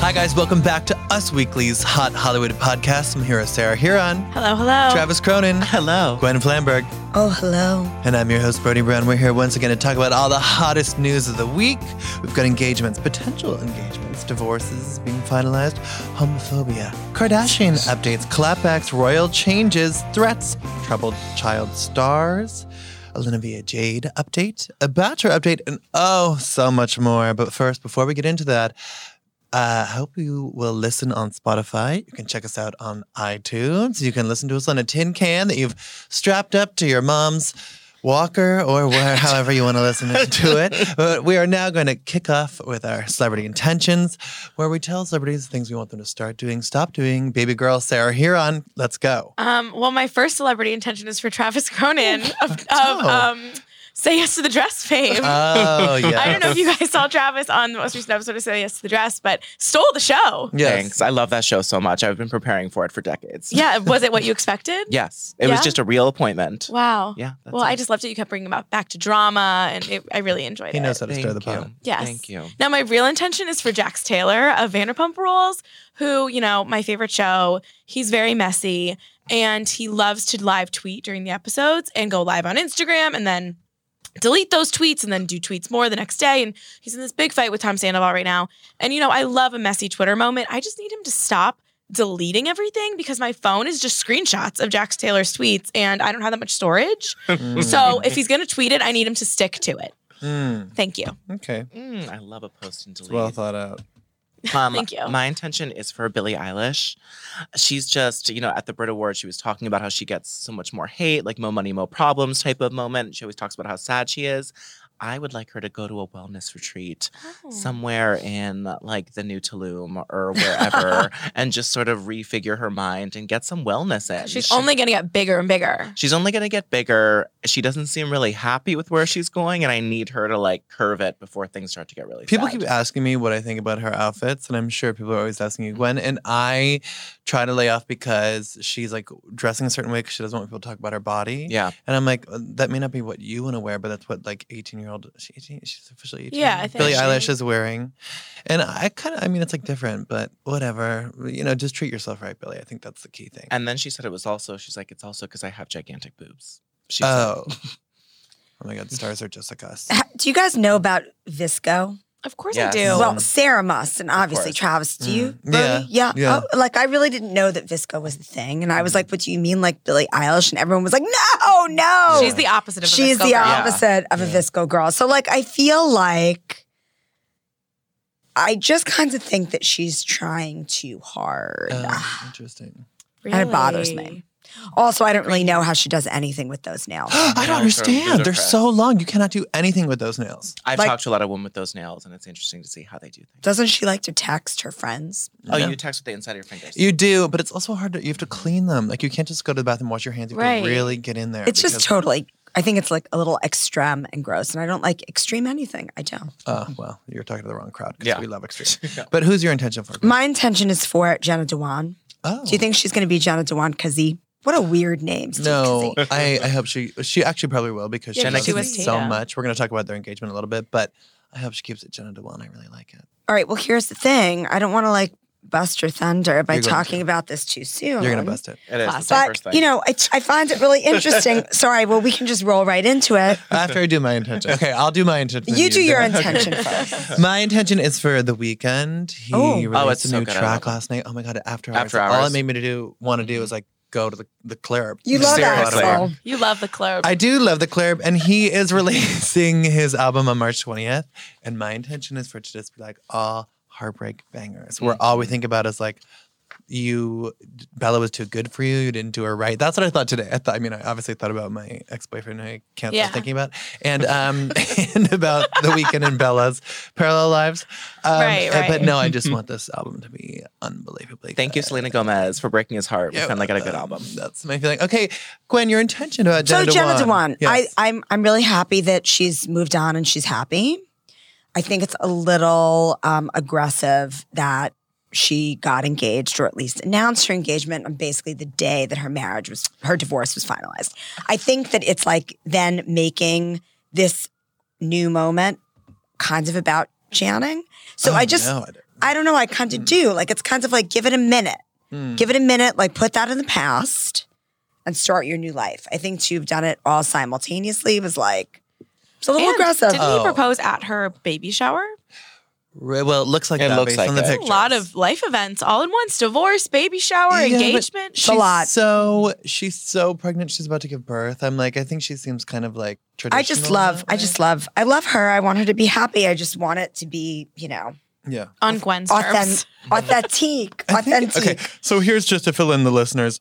Hi, guys. Welcome back to Us Weekly's Hot Hollywood podcast. I'm here with Sarah Huron, Hello, hello. Travis Cronin, Hello. Gwen Flamberg, Oh, hello. and I'm your host, Brody Brown. We're here once again to talk about all the hottest news of the week. We've got engagements, potential engagements, divorces being finalized, homophobia, Kardashian updates, clapbacks, royal changes, threats, troubled child stars. Olivia Jade update, a Bachelor update, and oh, so much more. But first, before we get into that, Uh, I hope you will listen on Spotify. You can check us out on iTunes. You can listen to us on a tin can that you've strapped up to your mom's walker or where, however you want to listen to it. But we are now going to kick off with our celebrity intentions, where we tell celebrities things we want them to start doing, stop doing. Baby girl Sarah Huron, let's go. Um, well, my first celebrity intention is for Travis Cronin of, of Oh. um, Say Yes to the Dress fame. Oh, yeah. I don't know if you guys saw Travis on the most recent episode of Say Yes to the Dress, but stole the show. Yes. Thanks. I love that show so much. I've been preparing for it for decades. Yeah, was it what you expected? Yes. It Yeah? was just a real appointment. Wow. Yeah. that's well, I it. just loved it. You kept bringing about back to drama, and it, I really enjoyed He it. knows how to Thank stir the you. pot. Yes. Thank you. Now, my real intention is for Jax Taylor of Vanderpump Rules, who, you know, my favorite show. He's very messy and he loves to live tweet during the episodes and go live on Instagram and then delete those tweets and then do tweets more the next day. And he's in this big fight with Tom Sandoval right now. And, you know, I love a messy Twitter moment. I just need him to stop deleting everything because my phone is just screenshots of Jax Taylor's tweets and I don't have that much storage. Mm-hmm. Mm. So if he's going to tweet it, I need him to stick to it. Mm. Thank you. Okay. Mm, I love a post and delete. Well thought out. Um, Thank you. My intention is for Billie Eilish. She's just, you know, at the Brit Awards, she was talking about how she gets so much more hate, like mo money, mo problems type of moment. She always talks about how sad she is. I would like her to go to a wellness retreat somewhere in like the New Tulum or wherever and just sort of refigure her mind and get some wellness in. She's She- only going to get bigger and bigger. She's only going to get bigger. She doesn't seem really happy with where she's going, and I need her to like curve it before things start to get really. People sad. keep asking me what I think about her outfits, and I'm sure people are always asking you, Gwen. And I try to lay off because she's like dressing a certain way because she doesn't want people to talk about her body. Yeah, And I'm like, "Uh, that may not be what you want to wear, but that's what like 18 year old, she 18, she's officially 18. Yeah, I think Billie she- Eilish is wearing. And I kind of, I mean, it's like different, but whatever. You know, just treat yourself right, Billy. I think that's the key thing. and then she said it was also. She's like, it's also because I have gigantic boobs. She said, oh. oh my God, stars are just like us. Ha- Do you guys know about Visco? Of course Yes. I do. No. Well, Sarah must, and obviously course. Travis. Do you? Mm. Brody? Yeah. yeah. Oh, like I really didn't know that Visco was the thing, and I was like, "What do you mean, like Billie Eilish?" And everyone was like, "No, no." She's the opposite of a She's Visco girl. the Yeah. opposite of a Yeah. Visco girl. So like I feel like I just kind of think that she's trying too hard. Oh, interesting. And it bothers Really? me. Also, I don't really know how she does anything with those nails. I don't Nails are- those understand. are They're pressed. so long. You cannot do anything with those nails. I've like- talked to a lot of women with those nails, and it's interesting to see how they do things. Doesn't she like to text her friends? oh, No. you text with the inside of your fingers. You do, but it's also hard to, you have to clean them. Like you can't just go to the bathroom, wash your hands. You have Right. to really get in there. It's just because- totally. I think it's like a little extreme and gross, and I don't like extreme anything. I don't. Oh, well, you're talking to the wrong crowd because Yeah. we love extreme. But who's your intention for? My intention is for Jenna Dewan. oh. Do you think she's going to be Jenna Dewan Kazi? What a weird name. Steve No, Kazee. I, I hope she she actually probably will because Yeah, she Jenna loves Keaton. it so Yeah. much. We're gonna talk about their engagement a little bit, but I hope she keeps it Jenna Dewan. I really like it. All right. Well, here's the thing. I don't want to like bust your thunder by You're going talking to. about this too soon. You're gonna bust it. It is. It's the Classic. first But thing. you know, I, I find it really interesting. Sorry. Well, we can just roll right into it. After I do my intention. Okay, I'll do my intention. You do your then. intention first. My intention is for the weekend. He Oh. Oh, released it's a so new good. I track love it. last night. Oh my god, after hours. After All it Hours. made me to do want to do is like go to the, the club. You love Seriously. Axel. You love the club. I do love the club, and he is releasing his album on March 20th. And my intention is for it to just be like all heartbreak bangers, where all we think about is like, you, Bella was too good for you. You didn't do her right. That's what I thought today. I thought, I mean, I obviously thought about my ex boyfriend. I can't Yeah. stop thinking about, and um, and about the weekend and Bella's parallel lives. Um, Right, uh, But right. no, I just want this album to be unbelievably. Thank you, good. Selena Gomez, for breaking his heart. We Yeah, finally got a good um, album. That's my feeling. Okay, Gwen, your intention about Jenna so Jenna Dewan, I, Yes. I'm I'm really happy that she's moved on and she's happy. I think it's a little um, aggressive that she got engaged or at least announced her engagement on basically the day that her marriage was her divorce was finalized. I think that it's like then making this new moment kind of about chanting. So Oh, I just, no, I don't- I don't know. I kind of do. Like, it's kind of like give it a minute. Mm. Hmm. Give it a minute. Like, put that in the past and start your new life. I think to have done it all simultaneously was like, it's a little And aggressive. Didn't Oh. he propose at her baby shower? Re- well, it looks like It that looks based like on the it. That's picture. A lot of life events all in once: divorce, baby shower, Yeah, but engagement. a lot. So she's so pregnant. She's about to give birth. I'm like, I think she seems kind of like traditional. I just in love, that I way. just love, I love her. I want her to be happy. I just want it to be, you know, yeah. on Gwen's terms. authentic, authentic, I think- authentic. okay, so here's just to fill in the listeners.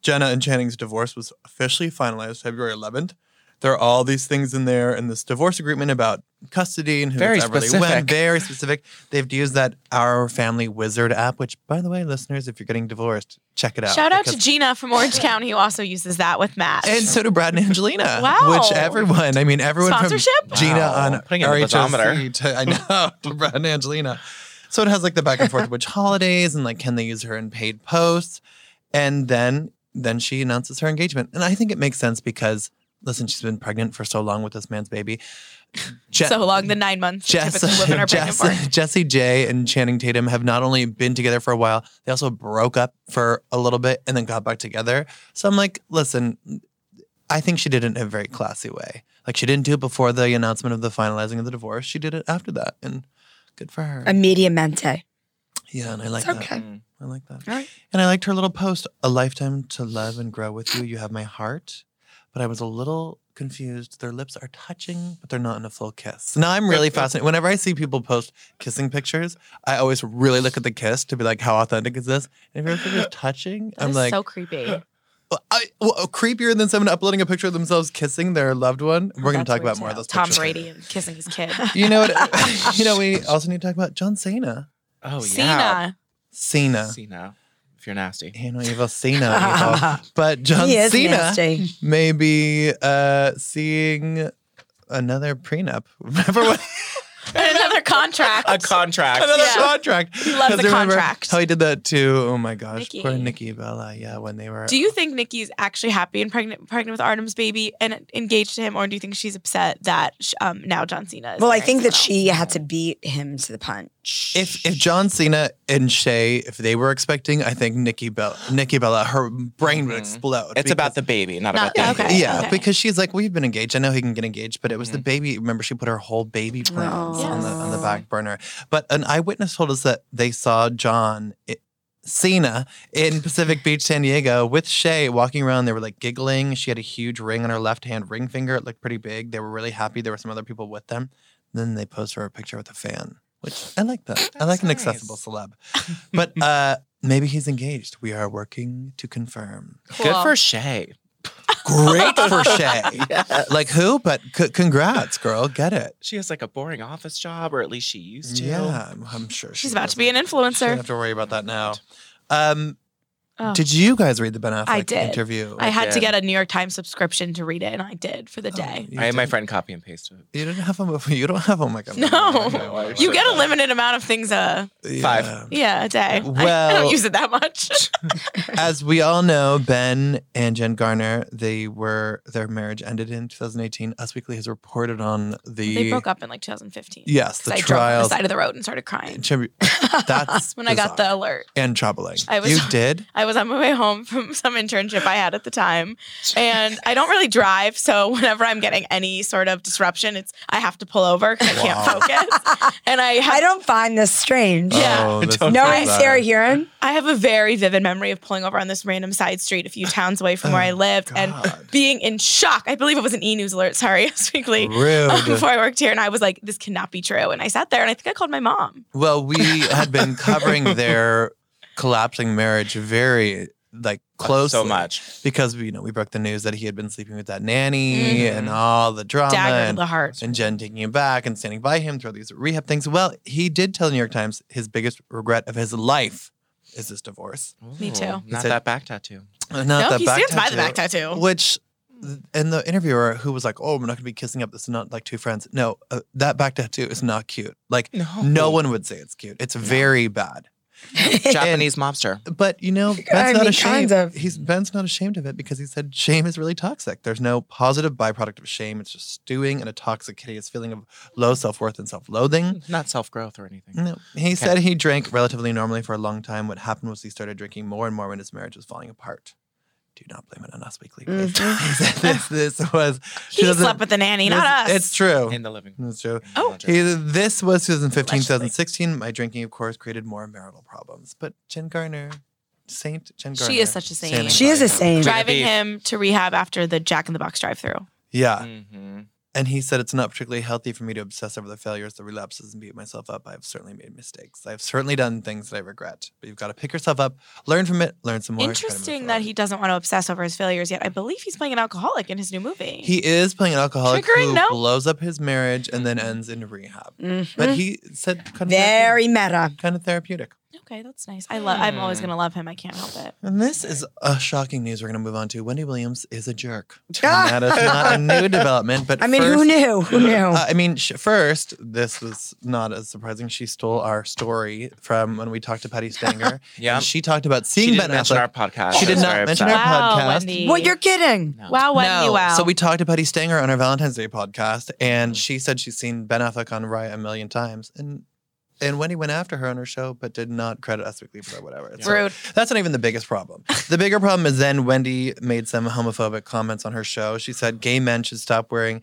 Jenna and Channing's divorce was officially finalized February 11th. There are all these things in there in this divorce agreement about custody and who Very it's Everly when. specific. Very specific. They've used that Our Family Wizard app, which, by the way, listeners, if you're getting divorced, check it out. Shout out to because- Gina from Orange County who also uses that with Matt. and so do Brad and Angelina. Wow. Which everyone, I mean, everyone from Sponsorship? Gina Wow. on Putting it in the RHOC barometer. to, I know, to Brad and Angelina. So it has like the back and forth, which holidays and like, can they use her in paid posts? And then, then she announces her engagement. And I think it makes sense because, listen, she's been pregnant for so long with this man's baby. Je- so long the nine months that Jess, typically women are pregnant Jess, for. Jesse J and Channing Tatum have not only been together for a while, they also broke up for a little bit and then got back together. So I'm like, listen, I think she did it in a very classy way. Like she didn't do it before the announcement of the finalizing of the divorce. She did it after that, and good for her. A mediamente. yeah, and I like It's okay. that. Mm. I like that. All right. And I liked her little post: "A lifetime to love and grow with you. You have my heart." But I was a little confused. Their lips are touching, but they're not in a full kiss. Now I'm really fascinated. Whenever I see people post kissing pictures, I always really look at the kiss to be like, "How authentic is this?" And if you're touching, That I'm is like, so creepy. well, I, well, oh, creepier than someone uploading a picture of themselves kissing their loved one. We're going to That's talk weird about more too. of those. Tom pictures later. Brady and kissing his kid. You know what? you know we also need to talk about John Cena. Oh yeah. Cena. Cena. Cena. If you're nasty. You know, evil Cena. evil. But John he is Cena nasty. may be uh, seeing another prenup. Remember what? And another contract. A contract. another Yeah. contract. He loves 'Cause the remember contract. How he did that too. Oh my gosh, Nikki. poor Nikki Bella. Yeah, when they were. do you think Nikki's actually happy and pregnant, pregnant with Artem's baby and engaged to him, or do you think she's upset that sh- um, now John Cena is? Well, I marrying think that someone she had to beat him to the punch. If if John Cena and Shay, if they were expecting, I think Nikki Bella, Nikki Bella, her brain would Mhm. explode. It's about the baby, not, Not- about the okay. baby. yeah, okay. because she's like, we've been engaged. I know he can get engaged, but it was the Mhm. baby. Remember, she put her whole baby plans on, the, on the Yes. back burner. But an eyewitness told us that they saw John i- Cena in Pacific Beach, San Diego, with Shay walking around. They were like giggling. She had a huge ring on her left hand ring finger. It looked pretty big. They were really happy. There were some other people with them. Then they posed for a picture with a fan, which I like that. I That's like an nice. accessible celeb. But uh, maybe he's engaged. We are working to confirm. else? Good Cool. for Shay. Great for Shay. Yes. Like who? But c- congrats, girl. Get it. She has like a boring office job, or at least she used to. Yeah, I'm, I'm sure She's she about to be an doesn't- She doesn't influencer. have to worry about that now. Um, Oh. Did you guys read the Ben Affleck I did. interview? I had to did. get a New York Times subscription to read it, and I did for the Oh, day. you I had my didn't- friend copy and paste it. You didn't have a. You don't have a. Oh my god. No. no, I You should- get a limited amount of things a Yeah. yeah a day. I- I, Well- don't use it that much. As we all know, Ben and Jen Garner, they were their marriage ended in 2018. Us Weekly has reported on the they broke up in like 2015. Yes, the I drove on the trials. side of the road and started crying That's when I got bizarre the alert. and troubling. I was- you did. I was on my way home from some internship I had at the time, and I don't really drive. So whenever I'm getting any sort of disruption, it's I have to pull over because I Wow. can't focus. And I have, I don't find this strange. Yeah. Oh, this Don't is No I- one's bizarre. Sarah Huron. I have a very vivid memory of pulling over on this random side street a few towns away from where I Oh, lived God. and being in shock. I believe it was an E News alert. Sorry, Us Weekly. um, Rude. before I worked here, and I was like, "This cannot be true." And I sat there, and I think I called my mom. Well, we had been covering their collapsing marriage very like closely. So much. because you know we broke the news that he had been sleeping with that nanny Mhm. and all the drama Dagger to and, the heart. and Jen taking him back and standing by him through all these rehab things. Well, he did tell the New York Times his biggest regret of his life is this divorce. Me Ooh, too. Not Said- that back tattoo. Not No, the he back stands by tattoo. the back tattoo. Which, and the interviewer who was like, "Oh, we're not going to be kissing up. This is not like two friends." No, uh, that back tattoo is not cute. Like, No. Oh. no one would say it's cute. It's very bad. Japanese mobster. But you know, Ben's I not mean, ashamed. kind of. He's Ben's not ashamed of it because he said shame is really toxic. There's no positive byproduct of shame. It's just stewing in a toxic, hideous feeling of low self-worth and self-loathing. Not self growth or anything. Mm. No, he said he drank relatively normally for a long time. What happened was he started drinking more and more when his marriage was falling apart. Do not blame it on us weekly. Please. Mhm. Mm-hmm. he said this, this was. she He doesn't- slept with the nanny, not us. It's, it's true. In the living. It's true. Oh. Either this was 2015, Allegedly. 2016. My drinking, of course, created more marital problems. But Jen Garner, Saint Jen Garner. She is such a Standing saint. She by is a her. saint. driving Beef. him to rehab after the Jack in the Box drive-through. Yeah. hmm And he said, It's not particularly healthy for me to obsess over the failures, the relapses, and beat myself up. I've certainly made mistakes. I've certainly done things that I regret. But you've got to pick yourself up, learn from it, learn some more. try to move Interesting that he forward." doesn't want to obsess over his failures yet. I believe he's playing an alcoholic in his new movie. He is playing an alcoholic Triggering Mm-hmm. who note. blows up his marriage and then ends in rehab. Mhm. But he said, kind of Very meta. therapeutic- kind of therapeutic. okay, that's nice. I love. I'm always Hmm. gonna love him. I can't help it. And this is uh, shocking news we're going to move on to. Wendy Williams is a jerk. And that is not a new development, but I mean, first, who knew? Who knew? Uh, I mean, sh- first, this was not as surprising. She stole our story from when we talked to Patty Stanger. Yeah. And she talked about She seeing didn't Ben mention Affleck. our podcast. She did I was not very mention upset. our podcast. Wow, Wendy. well, you're kidding. No. wow, Wendy. No. Wow. So we talked to Patty Stanger on our Valentine's Day podcast, Mm. and she said she's seen Ben Affleck on Raya a million times. And and Wendy went after her on her show, but did not credit Us Weekly for whatever. So rude. that's not even the biggest problem. The bigger problem is then Wendy made some homophobic comments on her show. She said gay men should stop wearing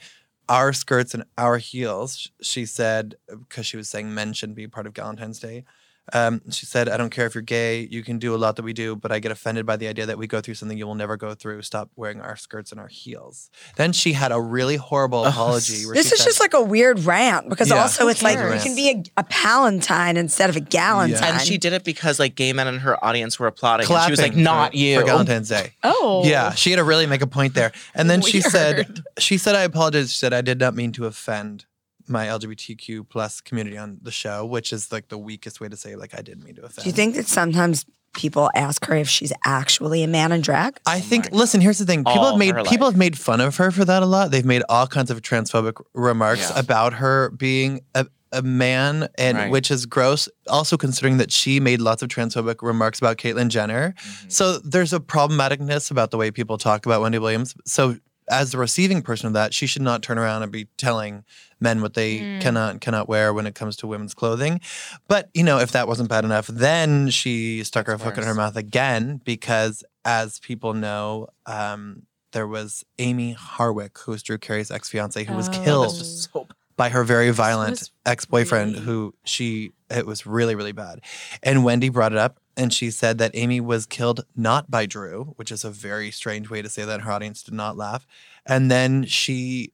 our skirts and our heels. Sh- She said, because she was saying men shouldn't be part of Valentine's Day. Um, she said, I don't care if you're gay, you can do a lot that we do, but I get offended by the idea that we go through something you will never go through. Stop wearing our skirts and our heels. Then she had a really horrible Uh, apology. where This she is said- just like a weird rant because Yeah. also Who it's like you cares? can be a, a Palantine instead of a Galentine. Yeah. And she did it because like gay men in her audience were applauding. and she was clapping like, "Not for, you." for Valentine's Day. Oh. Yeah, she had to really make a point there. And then she said, Weird. she said, I apologize. She said, I did not mean to offend my LGBTQ plus community on the show, which is like the weakest way to say like I didn't mean to offend. Do you think that sometimes people ask her if she's actually a man in drag? I Oh think. my- Listen, here's the thing. People All have made her people life. have made fun of her for that a lot. They've made all kinds of transphobic remarks Yeah. about her being a, a man, and Right. which is gross. Also, considering that she made lots of transphobic remarks about Caitlyn Jenner, Mhm. Mm-hmm. so there's a problematicness about the way people talk about Wendy Williams. So as the receiving person of that, she should not turn around and be telling men what they Mm. cannot cannot wear when it comes to women's clothing. But you know, if that wasn't bad enough, then she stuck her That's foot in her worse. mouth again because, as people know, um, there was Amy Harwick, who was Drew Carey's ex fiance, who was Oh. That killed was just so by her very violent was ex boyfriend really- who she, it was really, really bad. And Wendy brought it up and she said that Amy was killed not by Drew, which is a very strange way to say that. Her audience did not laugh. And then she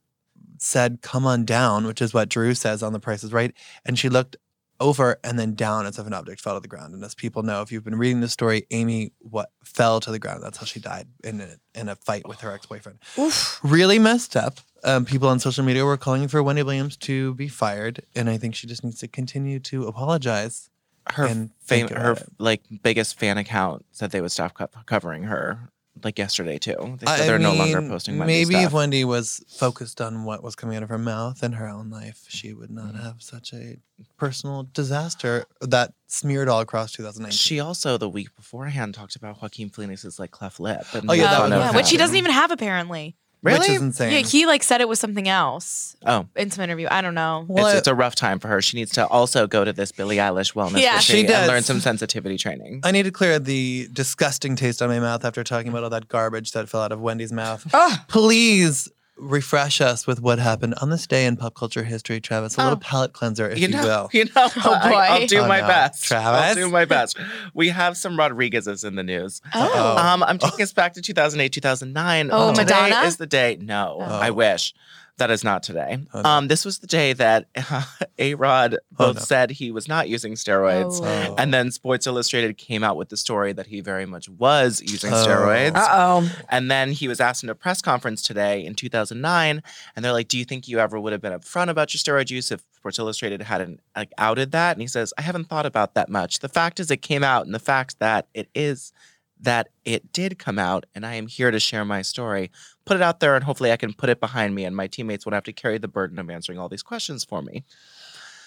said, Come on down, which is what Drew says on The Price is Right. And she looked over and then down as if an object fell to the ground. And as people know, if you've been reading the story, Amy what fell to the ground. That's how she died in a, in a fight with her ex boyfriend Oof. really messed up. Um, people on social media were calling for Wendy Williams to be fired, and I think she just needs to continue to apologize. her and fame, think about her it. like biggest fan account said they would stop co- covering her like yesterday too. They said I they're no longer mean, posting Wendy Maybe stuff. if Wendy was focused on what was coming out of her mouth and her own life, she would not Mm. have such a personal disaster that smeared all across 2019. she also the week beforehand talked about Joaquin Phoenix's like cleft lip. And Oh, yeah, made that Oh, was fun of yeah, bad. him. which he doesn't even have apparently. Which really. is insane. Yeah, he like said it was something else oh, in some interview. I don't know. Well, it's, it's a rough time for her. She needs to also go to this Billie Eilish wellness Yeah. retreat She does. and learn some sensitivity training. I need to clear the disgusting taste on my mouth after talking about all that garbage that fell out of Wendy's mouth. Oh, Ah. Please refresh us with what happened on this day in pop culture history, Travis. A little Oh. palate cleanser, if you, you know, will. you know. I, boy. will do Oh, my no. best, Travis? I'll do my best. We have some Rodriguez's in the news. Uh-oh. Oh, Um, I'm taking us back to 2008, 2009. Oh, Today Madonna? is the day. No, Oh. I wish. That is not today. Oh, no. Um, this was the day that A Rod Oh, both no. said he was not using steroids. Oh. And then Sports Illustrated came out with the story that he very much was using Oh. steroids. uh oh. And then he was asked in a press conference today in 2009, and they're like, "Do you think you ever would have been upfront about your steroid use if Sports Illustrated hadn't like outed that?" And he says, "I haven't thought about that much. The fact is, it came out, and the fact that it is that it did come out, and I am here to share my story, put it out there, and hopefully, I can put it behind me, and my teammates won't have to carry the burden of answering all these questions for me."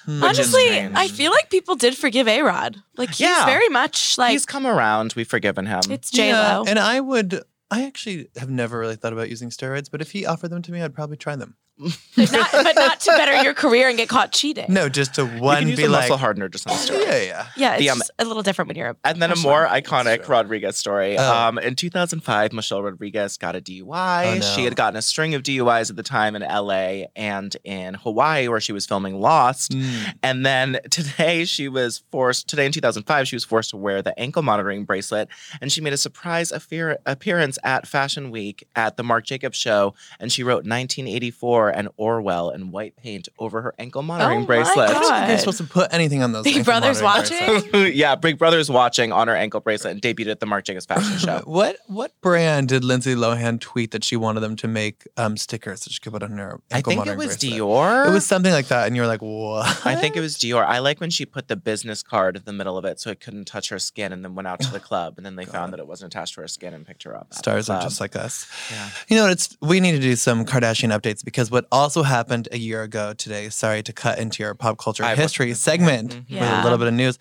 Hmm. Which is Honestly, strange. I feel like people did forgive A Rod. Like he's Yeah. very much like He's come around. We've forgiven him. it's J Yeah, Lo. and I would. I actually have never really thought about using steroids, but if he offered them to me, I'd probably try them. but, not, but not to better your career and get caught cheating. No, just to you one can use be a like, muscle hardener just on yeah, steroids. yeah. Yeah, it's The, um, just a little different when you're a And then a That's more right. That's iconic true. Rodriguez story. Oh. Um, in 2005, Michelle Rodriguez got a DUI. Oh, no. She had gotten a string of DUIs at the time in LA and in Hawaii, where she was filming Lost. Mm. And then today, she was forced, today in 2005, she was forced to wear the ankle monitoring bracelet. And she made a surprise affair, appearance at Fashion Week at the Marc Jacobs show. And she wrote 1984 and Orwell in white paint over her ankle monitoring Oh my bracelet. I don't think you're God. supposed to put anything on those. Big ankle Brother's monitoring bracelets. watching. yeah, Big Brother's watching on her ankle bracelet and debuted at the Marc Jacobs fashion show. What what brand did Lindsay Lohan tweet that she wanted them to make um, stickers that she could put on her ankle I think it monitoring was bracelet? Dior. It was something like that, and you were like, "What?" I think it was Dior. I like when she put the business card in the middle of it so it couldn't touch her skin and then went out to the club and then they found that it wasn't attached to her skin and picked her up. at the Stars are club. just like us. Yeah. You know what? It's we need to do some Kardashian updates because what also happened a year ago today. Sorry to cut into your pop culture I wasn't history looking at it. segment Mhm. with a Yeah. little bit of news.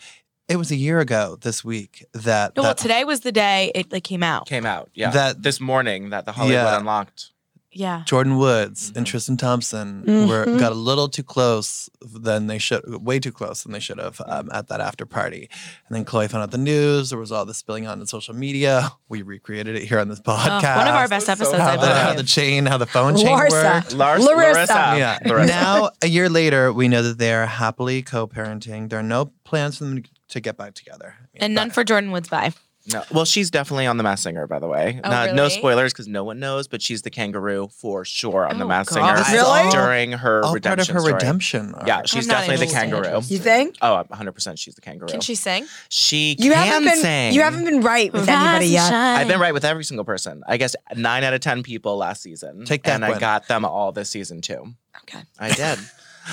It was a year ago this week that, No, well, that today was the day it like came out. Came out. Yeah. That- this morning that the Hollywood Yeah. unlocked. Yeah. Jordan Woods and Mhm. Tristan Thompson were Mm-hmm. Mhm. got a little too close than they should, way too close than they should have um, at that after party. And then Chloe found out the news. There was all this spilling out on social media. We recreated it here on this Oh, podcast. one of our best That's so episodes, how I the, how the believe. chain, how the phone chain Larsa. worked. Lars- Larissa. Ah, Yeah. Larissa. Now, a year later, we know that they are happily co-parenting. There are no plans for them to get back together. I mean, And none but- for Jordan Woods by. No. Well, she's definitely on The Mass Singer, by the way. Oh, Not- No really? spoilers because no one knows, but she's the kangaroo for sure on The Oh, Mass God. Singer This is all- during her all part redemption. of her story. redemption. Yeah, arc. she's not definitely the interested. kangaroo. You think? Oh, 100% she's the kangaroo. Can she sing? She You can haven't been sing. you haven't been right with anybody yet. I've been right with every single person. I guess nine out of ten people last season. Take that, and Gwen. I got them all this season too. Okay. I did.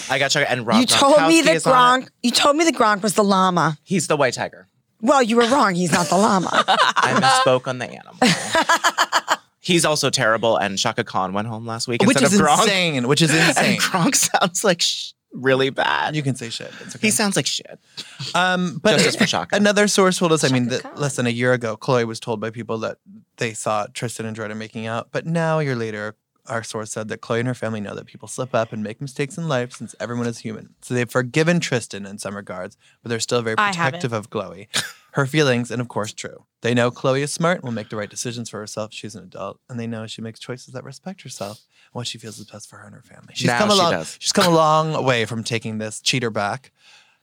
I got Chuck and Rob. you told me Gronkowski that is on it. Gronk you told me that Gronk was the llama. He's the white tiger. Well, you were wrong. He's not the llama. I misspoke on the animal. He's also terrible. And Shaka Khan went home last week which instead is of Gronk. insane. Which is And insane. Gronk sounds like sh- really bad. You can say shit. It's okay. He sounds like shit. Um, but Justice for Shaka. another source told us. I mean, Shaka that Khan. less than a year ago, Chloe was told by people that they saw Tristan and Jordan making out. But now, a year later, our source said that Chloe and her family know that people slip up and make mistakes in life, since everyone is human. So they've forgiven Tristan in some regards, but they're still very I haven't. protective of Chloe, her feelings, and of course, true. They know Chloe is smart, will make the right decisions for herself. She's an adult, and they know she makes choices that respect herself and what she feels is best for her and her family. She's Now come she along. does. She's come a long way from taking this cheater back